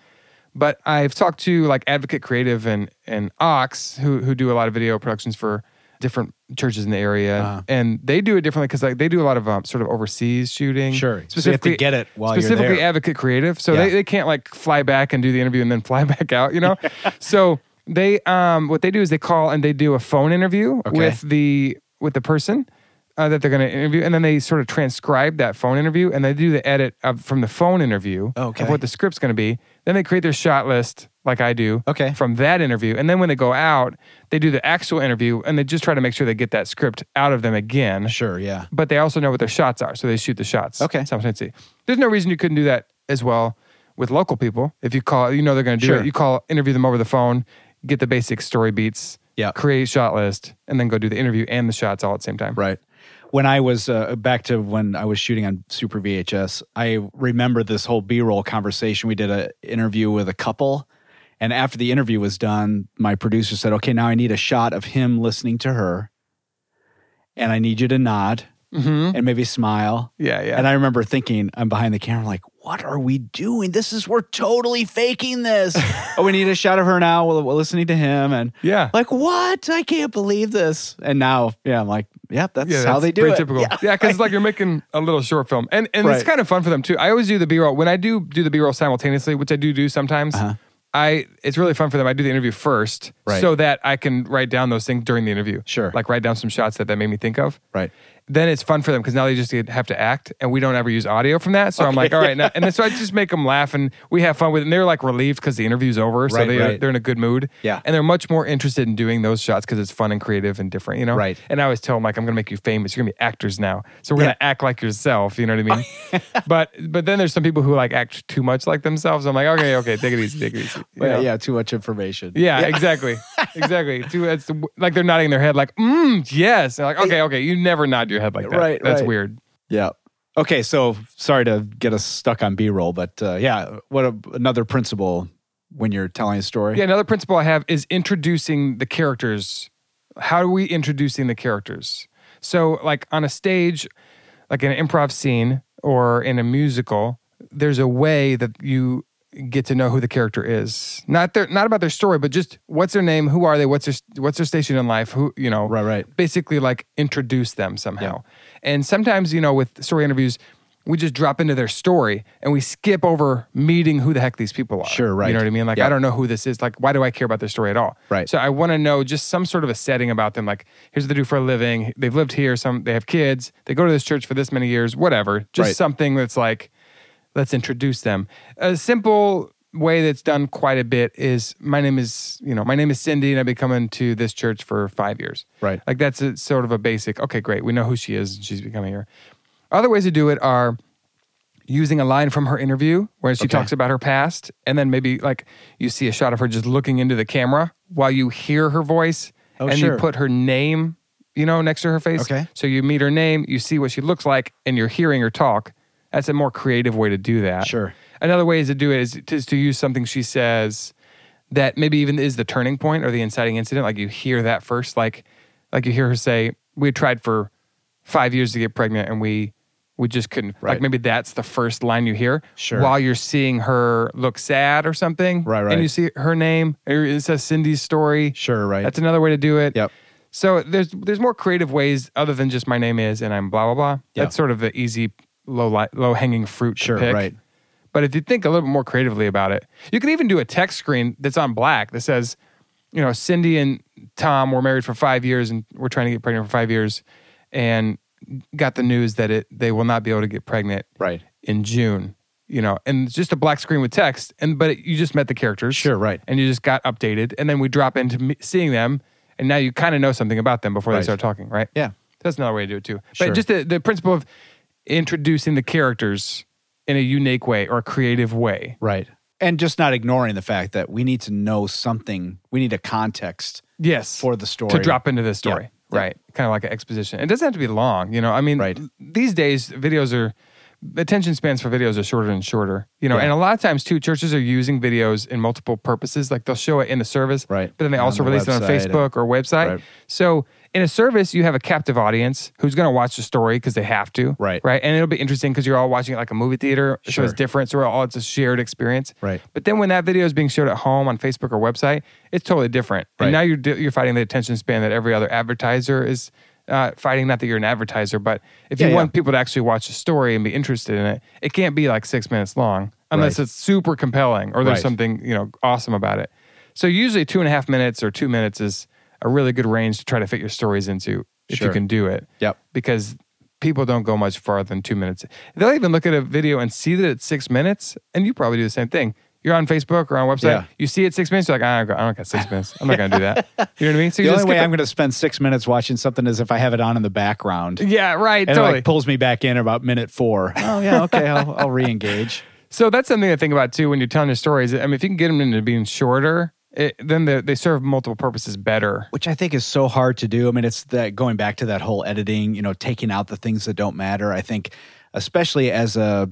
but I've talked to like Advocate Creative and and Ox who who do a lot of video productions for different churches in the area, Uh-huh. and they do it differently because like they do a lot of um, sort of overseas shooting. Sure. So you have to get it while you're specifically there. Advocate Creative, so Yeah. they, they can't like fly back and do the interview and then fly back out, you know. so they um what they do is they call and they do a phone interview with the with the person. Uh, that they're going to interview, and then they sort of transcribe that phone interview, and they do the edit of, from the phone interview Okay. of what the script's going to be. Then they create their shot list, like I do, Okay. from that interview. And then when they go out, they do the actual interview, and they just try to make sure they get that script out of them again. Sure. Yeah. But they also know what their shots are, so they shoot the shots. Okay. sometimes see. There's no reason you couldn't do that as well with local people. If you call, you know they're going to do Sure. it. You call, interview them over the phone, get the basic story beats. Yeah. Create shot list, and then go do the interview and the shots all at the same time. Right. When I was uh, back to when I was shooting on Super VHS, I remember this whole B-roll conversation. We did an interview with a couple, and after the interview was done, my producer said, "Okay, now I need a shot of him listening to her, and I need you to nod Mm-hmm. and maybe smile." Yeah, yeah. And I remember thinking, I'm behind the camera, like, what are we doing? This is we're totally faking this. oh, we need a shot of her now. We're, we're listening to him, and yeah. like what i can't believe this and now yeah i'm like yep that's Yeah, how that's they do pretty it Typical. Yeah, because it's like you're making a little short film, and and it's Right. kind of fun for them too. I always do the B roll when I do do the B roll simultaneously, which I do do sometimes. I it's really fun for them. I do the interview first, Uh-huh. Right. so that I can write down those things during the interview. Sure. like write down some shots that that made me think of. right then it's fun for them because now they just get- have to act, and we don't ever use audio from that. So I'm like, all right, now, and then, so I just make them laugh, and we have fun with it. And they're like relieved because the interview's over, so Right, they right. they're in a good mood. Yeah. and they're much more interested in doing those shots because it's fun and creative and different, you know. Right. And I always tell them like, I'm gonna make you famous. You're gonna be actors now, so we're gonna act like yourself. You know what I mean? but but then there's some people who like act too much like themselves. I'm like, okay, okay, take it easy, take it easy. you yeah, know? yeah, too much information. Yeah, exactly. exactly. Too, it's like they're nodding their head, like, mm, yes. They're like, okay, okay. You never nod your head like that. Right, That's right. weird. Yeah. Okay, so sorry to get us stuck on B-roll, but uh, yeah, what a, another principle when you're telling a story? Yeah, another principle I have is introducing the characters. How are we introducing the characters? So, like on a stage, like an improv scene or in a musical, there's a way that you get to know who the character is. Not their, not about their story, but just what's their name, who are they, what's their, what's their station in life, who you know, Right, right. basically like introduce them somehow. And sometimes, you know, with story interviews, we just drop into their story and we skip over meeting who the heck these people are. Sure, You right. know what I mean? Like, Yeah. I don't know who this is. Like, why do I care about their story at all? Right. So I want to know just some sort of a setting about them. Like, here's what they do for a living. They've lived here. Some they have kids. They go to this church for this many years. Whatever. Just Right. something that's like, let's introduce them. A simple way that's done quite a bit is my name is you know my name is Cindy and I've been coming to this church for five years. Right. Like that's a, sort of a basic. Okay, great. We know who she is. and She's becoming here. Other ways to do it are using a line from her interview where she talks about her past and then maybe like you see a shot of her just looking into the camera while you hear her voice Oh, and sure. you put her name you know next to her face Okay. so you meet her name you see what she looks like and you're hearing her talk that's a more creative way to do that Uh, Sure. another way is to do it is, is to use something she says that maybe even is the turning point or the inciting incident like you hear that first like like you hear her say we tried for five years to get pregnant and we we just couldn't Right. like maybe that's the first line you hear Sure. while you're seeing her look sad or something Right, right. and you see her name or it says cindy's story Sure, right. that's another way to do it Yep. so there's there's more creative ways other than just my name is and i'm blah blah blah Yeah. that's sort of the easy low li- low hanging fruit Sure, to pick. right. But if you think a little bit more creatively about it, you can even do a text screen that's on black that says, you know, Cindy and Tom were married for five years and we're trying to get pregnant for five years and got the news that it they will not be able to get pregnant Right. in June. You know, and it's just a black screen with text, and but it, you just met the characters, Sure, right. And you just got updated, and then we drop into me- seeing them, and now you kind of know something about them before Right. they start talking, right? Yeah. That's another way to do it too. Sure. But just the, the principle of introducing the characters in a unique way or a creative way. Right. And just not ignoring the fact that we need to know something. We need a context Yes. for the story. to drop into this story. Yeah. Right. Kind of like an exposition. It doesn't have to be long. You know, I mean, Right. these days, videos are, attention spans for videos are shorter and shorter. You know, and a lot of times, too, churches are using videos in multiple purposes. Like they'll show it in a service, Right. but then they On also the release it on website and- Facebook or website. Right. So in a service, you have a captive audience who's going to watch the story because they have to. Right. Right. And it'll be interesting because you're all watching it like a movie theater. So Sure. it's different. So we're all, it's a shared experience. Right. But then when that video is being showed at home on Facebook or website, it's totally different. Right. And now you're di- you're fighting the attention span that every other advertiser is uh, fighting. Not that you're an advertiser, but if Yeah, you yeah. want people to actually watch the story and be interested in it, it can't be like six minutes long unless Right. it's super compelling or there's Right. something you know awesome about it. So usually two and a half minutes or two minutes is a really good range to try to fit your stories into if Sure. you can do it Yep. because people don't go much farther than two minutes. They'll even look at a video and see that it's six minutes, and you probably do the same thing. You're on Facebook or on a website, Yeah. you see it six minutes, you're like, I don't, got- I don't got six minutes. I'm not going to do that. You know what I mean? So The you only just way skip I'm going to spend six minutes watching something is if I have it on in the background. it. Yeah, right. And it totally. like pulls me back in about minute four. Oh, yeah. Okay. I'll, I'll re engage. so that's something to think about too when you're telling your stories. I mean, if you can get them into being shorter, it, then they, they serve multiple purposes better. which I think is so hard to do. I mean, it's that going back to that whole editing, you know, taking out the things that don't matter. I think, especially as a,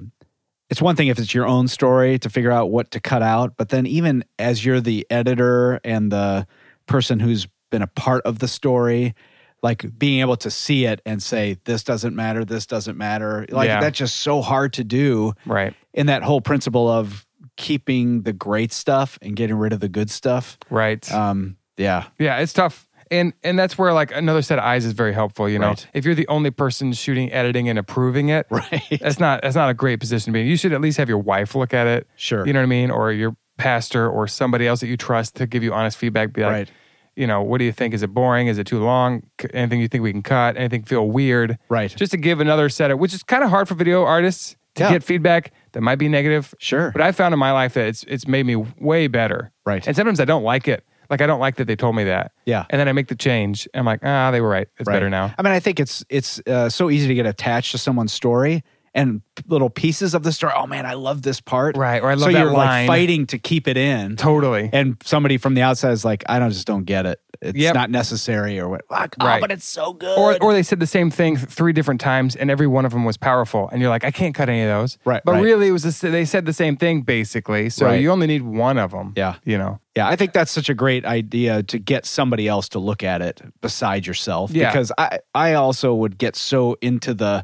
it's one thing if it's your own story to figure out what to cut out, but then even as you're the editor and the person who's been a part of the story, like being able to see it and say, this doesn't matter, this doesn't matter. Like, Yeah. that's just so hard to do Right. in that whole principle of keeping the great stuff and getting rid of the good stuff. Right. Um, yeah. Yeah, it's tough. And and that's where like another set of eyes is very helpful, you know. Right. If you're the only person shooting, editing, and approving it, Right. that's not that's not a great position to be in. You should at least have your wife look at it. Sure. You know what I mean? Or your pastor or somebody else that you trust to give you honest feedback. Be like, Right. you know, what do you think? Is it boring? Is it too long? C- Anything you think we can cut? Anything feel weird? Right. Just to give another set of, which is kind of hard for video artists to Yeah. get feedback that might be negative. Sure. But I found in my life that it's it's made me way better. Right. And sometimes I don't like it. Like I don't like that they told me that. Yeah. And then I make the change. And I'm like, ah, they were right. It's Right. better now. I mean, I think it's it's uh, so easy to get attached to someone's story and little pieces of the story. Oh man, I love this part. Right, or I love so that you're line. like fighting to keep it in. Totally. And somebody from the outside is like, I don't just don't get it. It's Yep. not necessary or what. Like, Right. Oh, but it's so good. or, or they said the same thing th- three different times and every one of them was powerful and you're like i can't cut any of those Right, but right. really it was the s they said the same thing basically so Right. you only need one of them Yeah. you know Yeah, I think that's such a great idea to get somebody else to look at it beside yourself. Yeah. Because I, I also would get so into the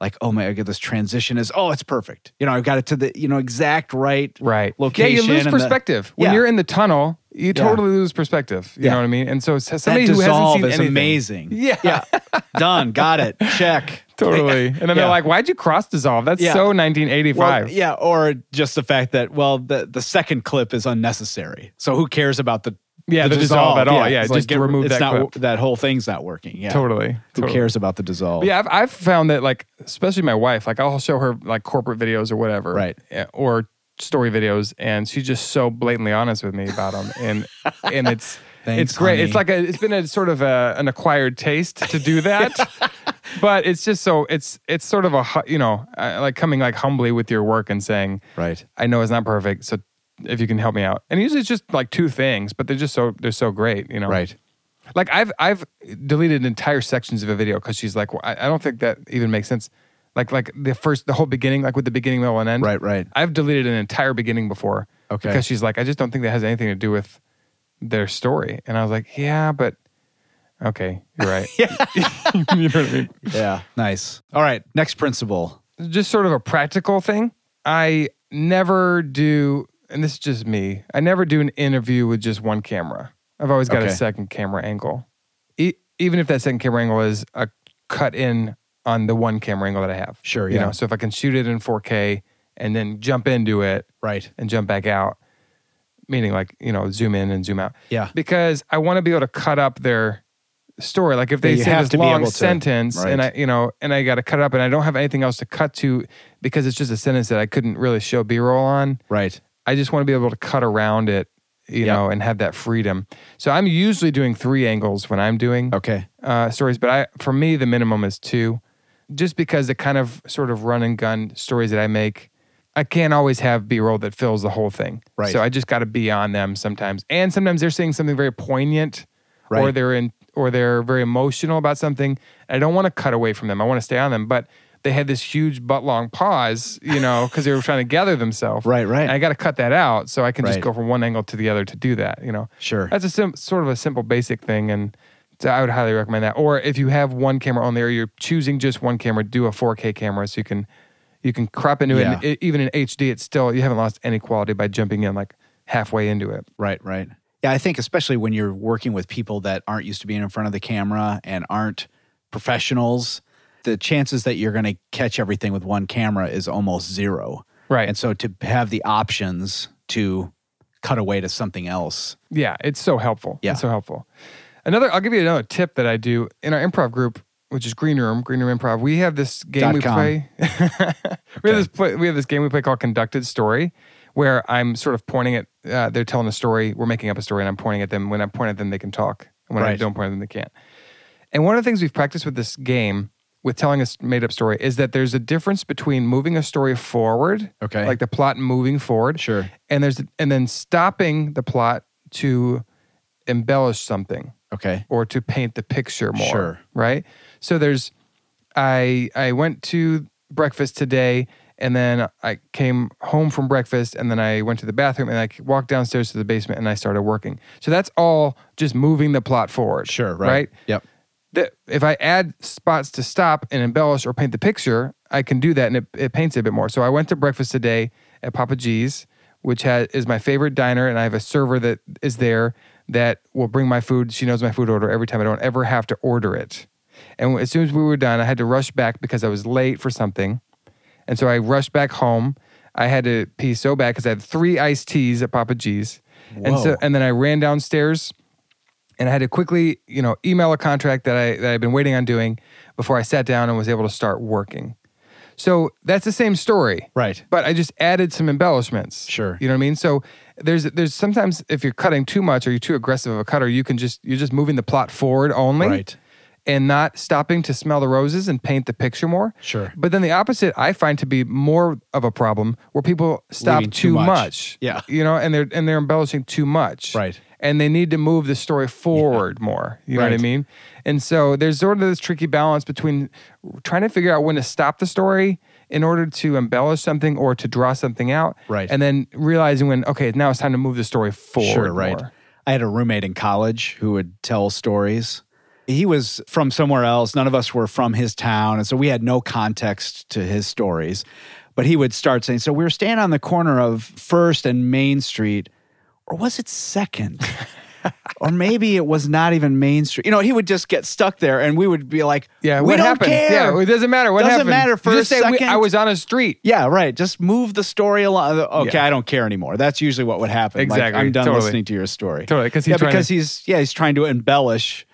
like, oh my god, this transition is oh, it's perfect. You know, I've got it to the you know exact right right location. yeah you lose and the- perspective when Yeah. you're in the tunnel you Yeah. totally lose perspective you Yeah. know what i mean and so s- that somebody who hasn't dissolve seen is anything, amazing. Yeah. yeah, done, got it, check. totally and then Yeah. they're like why'd you cross dissolve that's Yeah. so 1985 Well, yeah, or just the fact that well, the the second clip is unnecessary. So who cares about the Yeah, the dissolve at all. Yeah, it's just remove it's that not, clip. That whole thing's not working. Yeah, totally Who totally. cares about the dissolve? Yeah, I've, I've found that like especially my wife, like I'll show her like corporate videos or whatever, Right. eh, Or story videos, and she's just so blatantly honest with me about them, and and it's Thanks, it's great. honey. It's like a it's been a sort of a, an acquired taste to do that. But it's just so it's it's sort of a hu- you know uh, like coming like humbly with your work and saying Right. I know it's not perfect so if you can help me out and usually it's just like two things but they're just so they're so great you know Right. like I've I've deleted entire sections of a video because she's like, well, I, I don't think that even makes sense. Like like the first the whole beginning, like with the beginning, middle, and end. Right, right. I've deleted an entire beginning before. Okay. Because she's like, I just don't think that has anything to do with their story. And I was like, Yeah, but okay, you're right. yeah. you know what I mean? Yeah. Nice. All right. Next principle. just sort of a practical thing. I never do, and this is just me. I never do an interview with just one camera. I've always got Okay. a second camera angle, e- even if that second camera angle is a cut in on the one camera angle that I have. Sure, you yeah. know. So if I can shoot it in 4K and then jump into it Right. and jump back out, meaning like you know zoom in and zoom out. Yeah. Because I want to be able to cut up their story. Like if they Yeah, you say have this to be long able to. sentence and I Right. you know and I got to cut it up and I don't have anything else to cut to because it's just a sentence that I couldn't really show B-roll on. Right. I just want to be able to cut around it, you Yeah. know, and have that freedom. So I'm usually doing three angles when I'm doing Okay. uh, stories, but I for me the minimum is two, just because the kind of sort of run and gun stories that I make, I can't always have B roll that fills the whole thing. Right. So I just got to be on them sometimes, and sometimes they're saying something very poignant, or Right. they're in or they're very emotional about something. I don't want to cut away from them. I want to stay on them, but. They had this huge butt long pause, you know, because they were trying to gather themselves. Right, right. And I got to cut that out so I can just Right. go from one angle to the other to do that, you know. Sure. That's a sim- sort of a simple, basic thing, and so I would highly recommend that. Or if you have one camera on there, you're choosing just one camera. Do a 4K camera so you can you can crop into it. Yeah. And i even in HD, it's still you haven't lost any quality by jumping in like halfway into it. Right. Right. Yeah. I think especially when you're working with people that aren't used to being in front of the camera and aren't professionals, the chances that you're going to catch everything with one camera is almost zero. Right. And so to have the options to cut away to something else. Yeah, it's so helpful. Yeah. It's so helpful. Another, I'll give you another tip that I do in our improv group, which is Green Room, Green Room Improv. We have this game Dot we com. play. we have this play, we have this game we play called Conducted Story, where I'm sort of pointing at uh, they're telling a story, we're making up a story, and I'm pointing at them. When I point at them, they can talk, and when I Right. don't point at them, they can't. And one of the things we've practiced with this game, with telling a made up story, is that there's a difference between moving a story forward, Okay. like the plot moving forward, Sure. and there's and then stopping the plot to embellish something Okay. or to paint the picture more. Sure. Right. So there's, I I went to breakfast today, and then I came home from breakfast, and then I went to the bathroom, and I walked downstairs to the basement, and I started working. So that's all just moving the plot forward. Sure. Right. Right Yep. that if I add spots to stop and embellish or paint the picture, I can do that and it, it paints it a bit more. So I went to breakfast today at Papa G's, which ha is my favorite diner, and I have a server that is there that will bring my food. She knows my food order every time. I don't ever have to order it. And as soon as we were done, I had to rush back because I was late for something. And so I rushed back home. I had to pee so bad because I had three iced teas at Papa G's. And so Whoa. and then I ran downstairs and I had to quickly, you know, email a contract that I that I'd been waiting on doing before I sat down and was able to start working. So that's the same story, Right. but I just added some embellishments. Sure. You know what I mean? So there's there's sometimes if you're cutting too much or you're too aggressive of a cutter, you can just you're just moving the plot forward only. Right. And not stopping to smell the roses and paint the picture more. Sure. But then the opposite I find to be more of a problem where people stop Leaving too too much. much. Yeah. You know, and they're and they're embellishing too much. Right. And they need to move the story forward more. You know what I Right. mean? And so there's sort of this tricky balance between trying to figure out when to stop the story in order to embellish something or to draw something out. Right. And then realizing when, okay, now it's time to move the story forward. Sure, right. more. I had a roommate in college who would tell stories. He was from somewhere else. None of us were from his town. And so we had no context to his stories. But he would start saying, So we were standing on the corner of First and Main Street, or was it Second? or maybe it was not even Main Street. You know, he would just get stuck there and we would be like, Yeah. we what don't happened? care. Yeah. It doesn't matter. What Doesn't happened? matter for Just a say we- second. I was on a street. Yeah, right. Just move the story along. Uh, Okay, Yeah. I don't care anymore. That's usually what would happen. Like, Exactly, I'm done totally. listening to your story. Totally, 'cause he's yeah, trying because to- he's yeah he's trying to embellish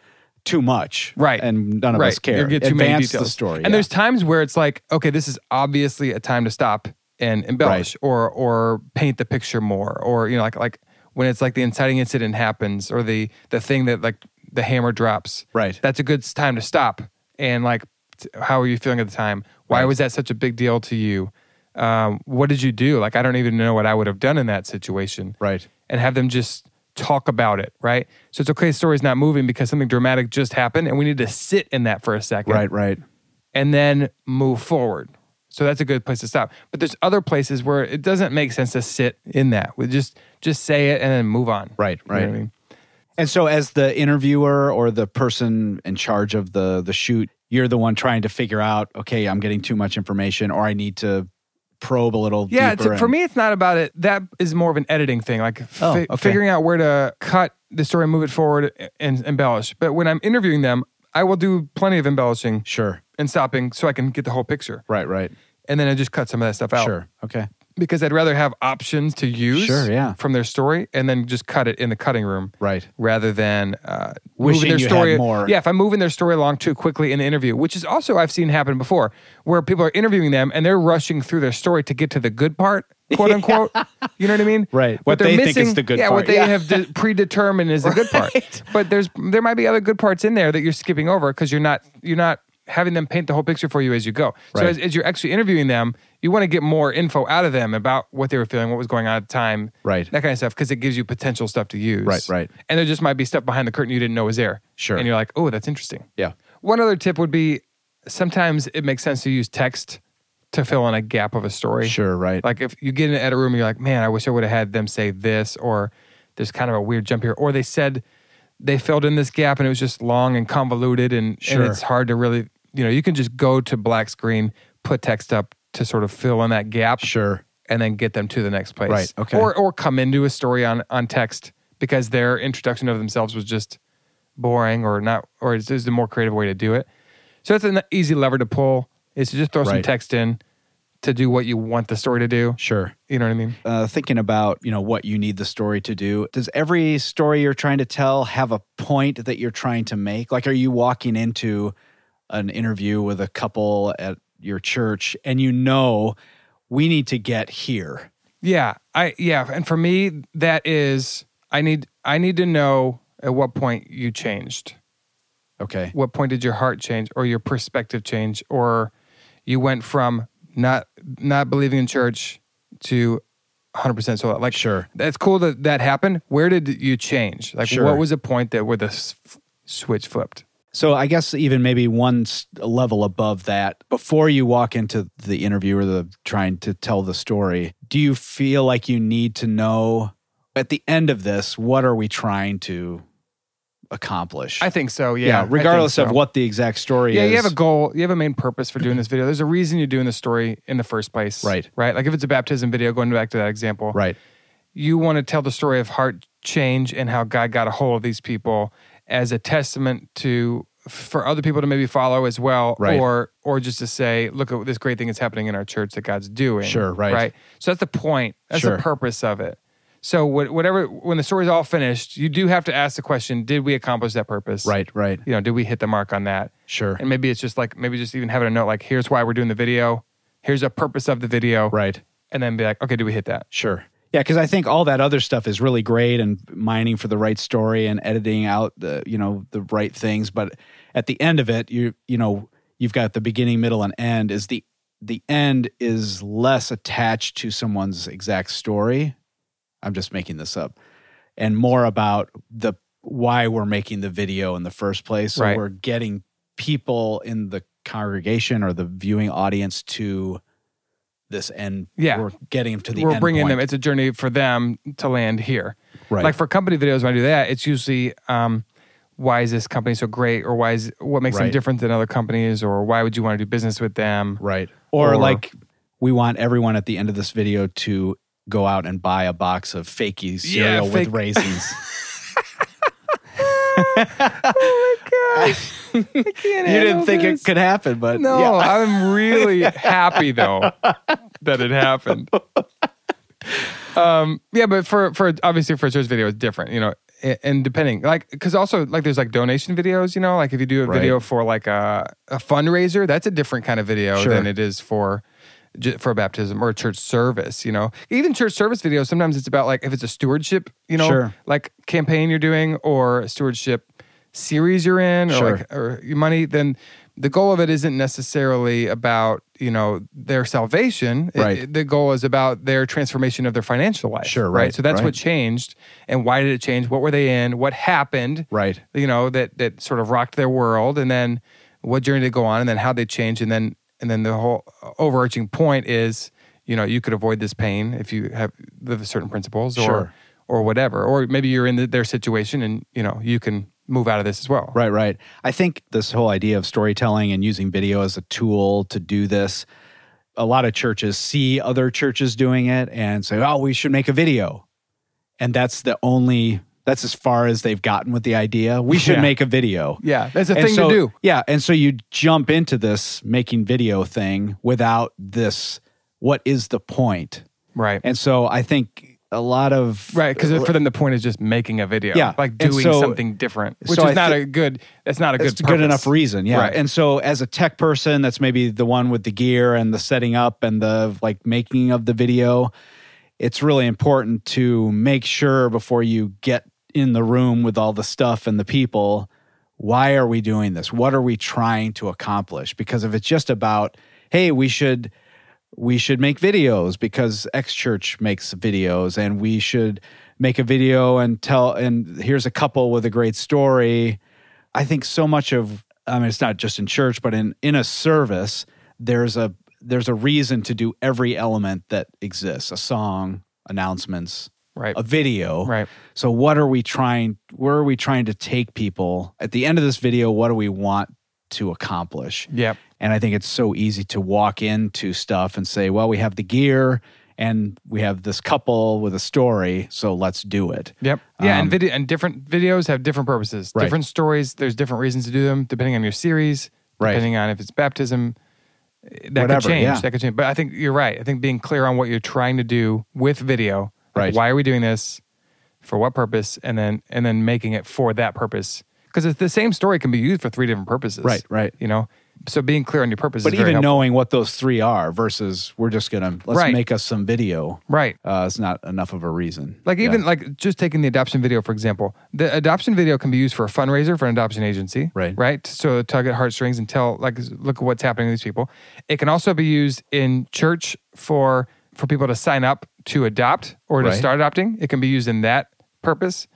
too much. Right. and none of us care. You get too Advance many details. the story. And yeah. there's times where it's like, okay, this is obviously a time to stop and embellish or or paint the picture more or you know like like when it's like the inciting incident happens or the the thing that like the hammer drops. Right. That's a good s- time to stop and like t- how are you feeling at the time? Why was that such a big deal to you? Um, what did you do? Like I don't even know what I would have done in that situation right. and have them just talk about it, right? So it's okay, the story's not moving because something dramatic just happened, and we need to sit in that for a second, Right. Right. And then move forward. So that's a good place to stop. But there's other places where it doesn't make sense to sit in that. We just just say it and then move on. Right, You know what I right. mean? And so, as the interviewer or the person in charge of the the shoot, you're the one trying to figure out. Okay, I'm getting too much information, or I need to probe a little. Yeah, deeper it's, for and- me, it's not about it. That is more of an editing thing, like Oh, fi- okay. figuring out where to cut the story, move it forward, and embellish. But when I'm interviewing them, I will do plenty of embellishing Sure. and stopping so I can get the whole picture. Right. Right. and then I just cut some of that stuff out. Sure. Okay. Because I'd rather have options to use Sure, yeah. from their story and then just cut it in the cutting room. Right. Rather than uh, Wishing moving their you had story, more. yeah. If I'm moving their story along too quickly in the interview, which is also I've seen happen before, where people are interviewing them and they're rushing through their story to get to the good part, quote unquote. You know what I mean? Right. But What they're they think missing, is the good yeah, part. What they Yeah. have de- predetermined is the good part. But there's there might be other good parts in there that you're skipping over because you're not you're not having them paint the whole picture for you as you go. So Right. as, as you're actually interviewing them, you want to get more info out of them about what they were feeling, what was going on at the time, Right. That kind of stuff because it gives you potential stuff to use, Right, right. And there just might be stuff behind the curtain you didn't know was there, Sure. And you're like, oh, that's interesting. Yeah. One other tip would be sometimes it makes sense to use text to fill in a gap of a story. Sure. Right. Like if you get in an edit room and you're like, man, I wish I would have had them say this, or there's kind of a weird jump here, or they said they filled in this gap and it was just long and convoluted and, Sure. and it's hard to really, you know, you can just go to black screen, put text up to sort of fill in that gap sure. and then get them to the next place. Right, okay. Or or come into a story on on text because their introduction of themselves was just boring or not or it's just a more creative way to do it. So it's an easy lever to pull is to just throw some Right. text in to do what you want the story to do. Sure. You know what I mean? uh, thinking about you know what you need the story to do does every story you're trying to tell have a point that you're trying to make like are you walking into an interview with a couple at your church and you know we need to get here Yeah. I yeah, and for me that is I need I need to know at what point you changed. okay what point did your heart change or your perspective change or you went from not not believing in church to 100% so like Sure. that's cool that that happened where did you change like Sure. what was the point that where the s- switch flipped so i guess even maybe one s- level above that before you walk into the interview or the trying to tell the story do you feel like you need to know at the end of this what are we trying to accomplish i think so yeah, I yeah, think regardless of so. what the exact story yeah is. you have a goal you have a main purpose for doing this video there's a reason you're doing the story in the first place Right. right like if it's a baptism video going back to that example right, you want to tell the story of heart change and how God got a hold of these people as a testament to for other people to maybe follow as well Right. or or just to say look at this great thing that's happening in our church that God's doing Sure, right. right so that's the point that's Sure. the purpose of it So what, whatever, when the story's all finished, you do have to ask the question: Did we accomplish that purpose? Right, right. You know, did we hit the mark on that? Sure. And maybe it's just like maybe just even having a note like, here's why we're doing the video, here's a purpose of the video, Right. and then be like, okay, do we hit that? Sure. Yeah, because I think all that other stuff is really great and mining for the right story and editing out the you know the right things. But at the end of it, you you know you've got the beginning, middle, and end. Is the the end is less attached to someone's exact story. I'm just making this up, and more about the why we're making the video in the first place. So Right. we're getting people in the congregation or the viewing audience to this end. Yeah. we're getting them to the we're end bringing point. them. It's a journey for them to land here. Right. Like for company videos, when I do that, it's usually um, why is this company so great, or why is what makes them Right. different than other companies, or why would you want to do business with them? Right. Or, Or- like we want everyone at the end of this video to go out and buy a box of fakey cereal fake- with raisins. Oh you didn't think it could happen, but No, yeah. I'm really happy though that it happened. Um, yeah, but for for obviously for a church video, it's different, you know. a- And depending, like, because also like there's like donation videos, you know, like if you do a Right. video for like a, a fundraiser, that's a different kind of video Sure. than it is for ju- for a baptism or a church service, you know. Even church service videos, sometimes it's about like if it's a stewardship, you know, Sure. like campaign you're doing or a stewardship series you're in or Sure. like or your money, then the goal of it isn't necessarily about you know their salvation. It- Right. it- the goal is about their transformation of their financial life. Sure, right, So that's right. what changed, and why did it change? What were they in? What happened? Right. You know that that sort of rocked their world, and then what journey to go on, and then how they changed, and then and then the whole overarching point is you know you could avoid this pain if you have live certain principles or Sure. or whatever, or maybe you're in the, their situation, and you know you can move out of this as well. Right, right. I think this whole idea of storytelling and using video as a tool to do this, a lot of churches see other churches doing it and say, oh, we should make a video. And that's the only, that's as far as they've gotten with the idea. We should Yeah. make a video. Yeah, that's a And thing so- to do. Yeah, and so you jump into this making video thing without this. What is the point? Right. And so I think a lot of Right, because for them the point is just making a video, Uh, Yeah, like and doing so- something different, which so is I not thi- a good. That's not a good. it's a good enough purpose. reason. Yeah. Right. And so as a tech person, that's maybe the one with the gear and the setting up and the like making of the video. It's really important to make sure before you get in the room with all the stuff and the people, why are we doing this? What are we trying to accomplish? Because if it's just about, hey, we should we should make videos because X church makes videos and we should make a video and tell and here's a couple with a great story. I think so much of I mean it's not just in church but in in a service there's a there's a reason to do every element that exists, a song, announcements, Right, a video. right, So what are we trying where are we trying to take people at the end of this video what do we want to accomplish? yeah, And I think it's so easy to walk into stuff and say, well, we have the gear and we have this couple with a story, so let's do it. yep, yeah. Um, and video and different videos have different purposes, Right. different stories. There's different reasons to do them depending on your series, Right. depending on if it's baptism. eh, That Whatever, could change. yeah. That could change. But I think you're right. I think being clear on what you're trying to do with video, like, Right. Why are we doing this? For what purpose? And then and then making it for that purpose because it's the same story can be used for three different purposes. Right, right. You know. So being clear on your purpose, But is very even helpful. knowing what those three are versus we're just gonna let's Right. make us some video. Right. Uh, it's not enough of a reason. Like Yeah. even like just taking the adoption video for example, the adoption video can be used for a fundraiser for an adoption agency, Right. Right. So tug at heartstrings and tell like look at what's happening to these people. It can also be used in church for for people to sign up to adopt or to Right. start adopting. It can be used in that purpose,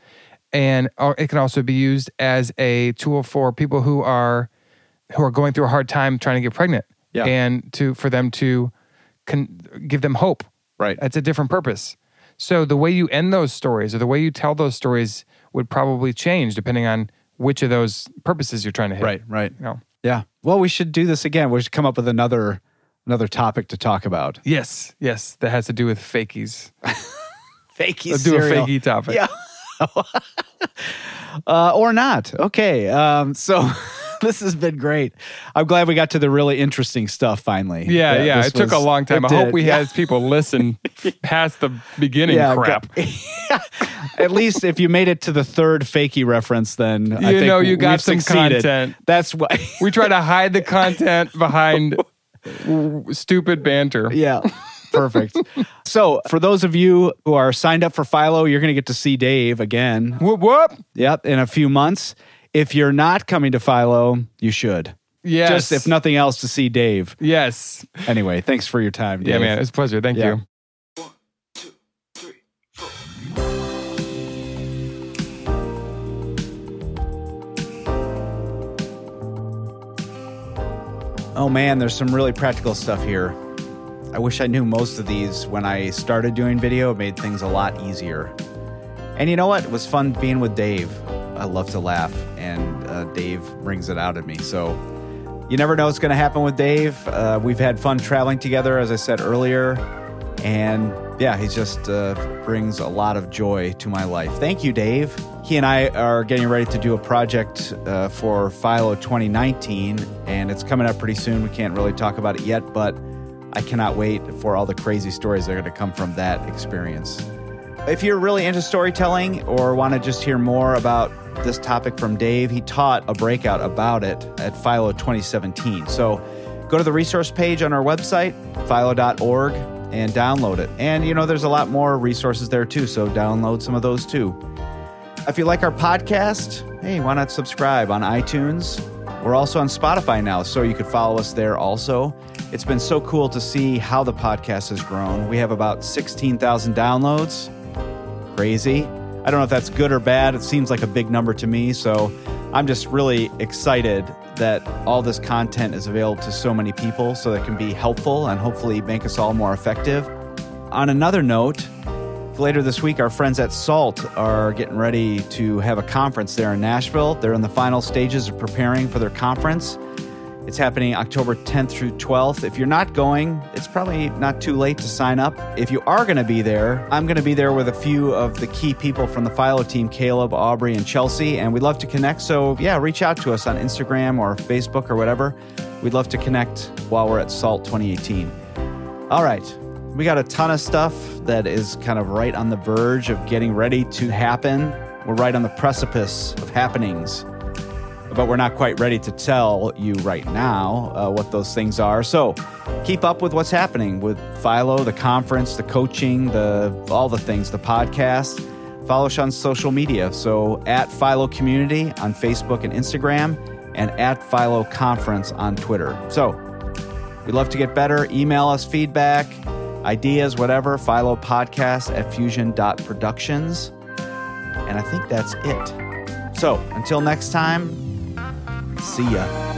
and uh, it can also be used as a tool for people who are who are going through a hard time trying to get pregnant, Yeah. and to for them to can give them hope, right. it's a different purpose. So the way you end those stories or the way you tell those stories would probably change depending on which of those purposes you're trying to hit. Right, right. You know? Yeah. Well, we should do this again. We should come up with another another topic to talk about. Yes. Yes. That has to do with fakies. Fakey Let's do a fakey topic. Yeah. uh, or not. Okay. Um, so this has been great. I'm glad we got to the really interesting stuff finally. Yeah. yeah. this It took a was- long time. it I hope did. we had people listen past the beginning crap. At least if you made it to the third fakey reference, then you I You think know you we've got some succeeded. content. That's why. We try to hide the content behind w- stupid banter. yeah. Perfect. so, for those of you who are signed up for Philo, you're going to get to see Dave again. Whoop whoop. Yep, in a few months. If you're not coming to Philo, you should. Yes. Just if nothing else, to see Dave. Yes. Anyway, thanks for your time, Dave. Yeah, man. It's a pleasure. Thank Yeah. you. Oh man, there's some really practical stuff here. I wish I knew most of these when I started doing video. It made things a lot easier. And you know what? It was fun being with Dave. I love to laugh, and uh, Dave brings it out of me. So you never know what's going to happen with Dave. Uh, we've had fun traveling together, as I said earlier. And yeah, he just uh, brings a lot of joy to my life. Thank you, Dave. He and I are getting ready to do a project uh, for Philo 2019, and it's coming up pretty soon. We can't really talk about it yet, but I cannot wait for all the crazy stories that are going to come from that experience. If you're really into storytelling or want to just hear more about this topic from Dave, he taught a breakout about it at Philo 2017. So go to the resource page on our website, philo.org, and download it. And you know, there's a lot more resources there too, so download some of those too. If you like our podcast, hey, why not subscribe on iTunes? We're also on Spotify now, so you could follow us there also. It's been so cool to see how the podcast has grown. We have about 16,000 downloads crazy. I don't know if that's good or bad. It seems like a big number to me. So I'm just really excited that all this content is available to so many people so that it can be helpful and hopefully make us all more effective. On another note, later this week, our friends at SALT are getting ready to have a conference there in Nashville. They're in the final stages of preparing for their conference. It's happening October 10th through 12th. If you're not going, it's probably not too late to sign up. If you are going to be there, I'm going to be there with a few of the key people from the Philo team Caleb, Aubrey, and Chelsea, and we'd love to connect. So, yeah, reach out to us on Instagram or Facebook or whatever. We'd love to connect while we're at SALT 2018. All right. We got a ton of stuff that is kind of right on the verge of getting ready to happen. We're right on the precipice of happenings, but we're not quite ready to tell you right now uh, what those things are. So keep up with what's happening with Philo, the conference, the coaching, the all the things, the podcast. Follow us on social media. So at Philo Community on Facebook and Instagram, and at Philo Conference on Twitter. So we love to get better. Email us feedback, ideas, whatever. Philo podcast at fusion.productions. And I think that's it. So until next time, see ya.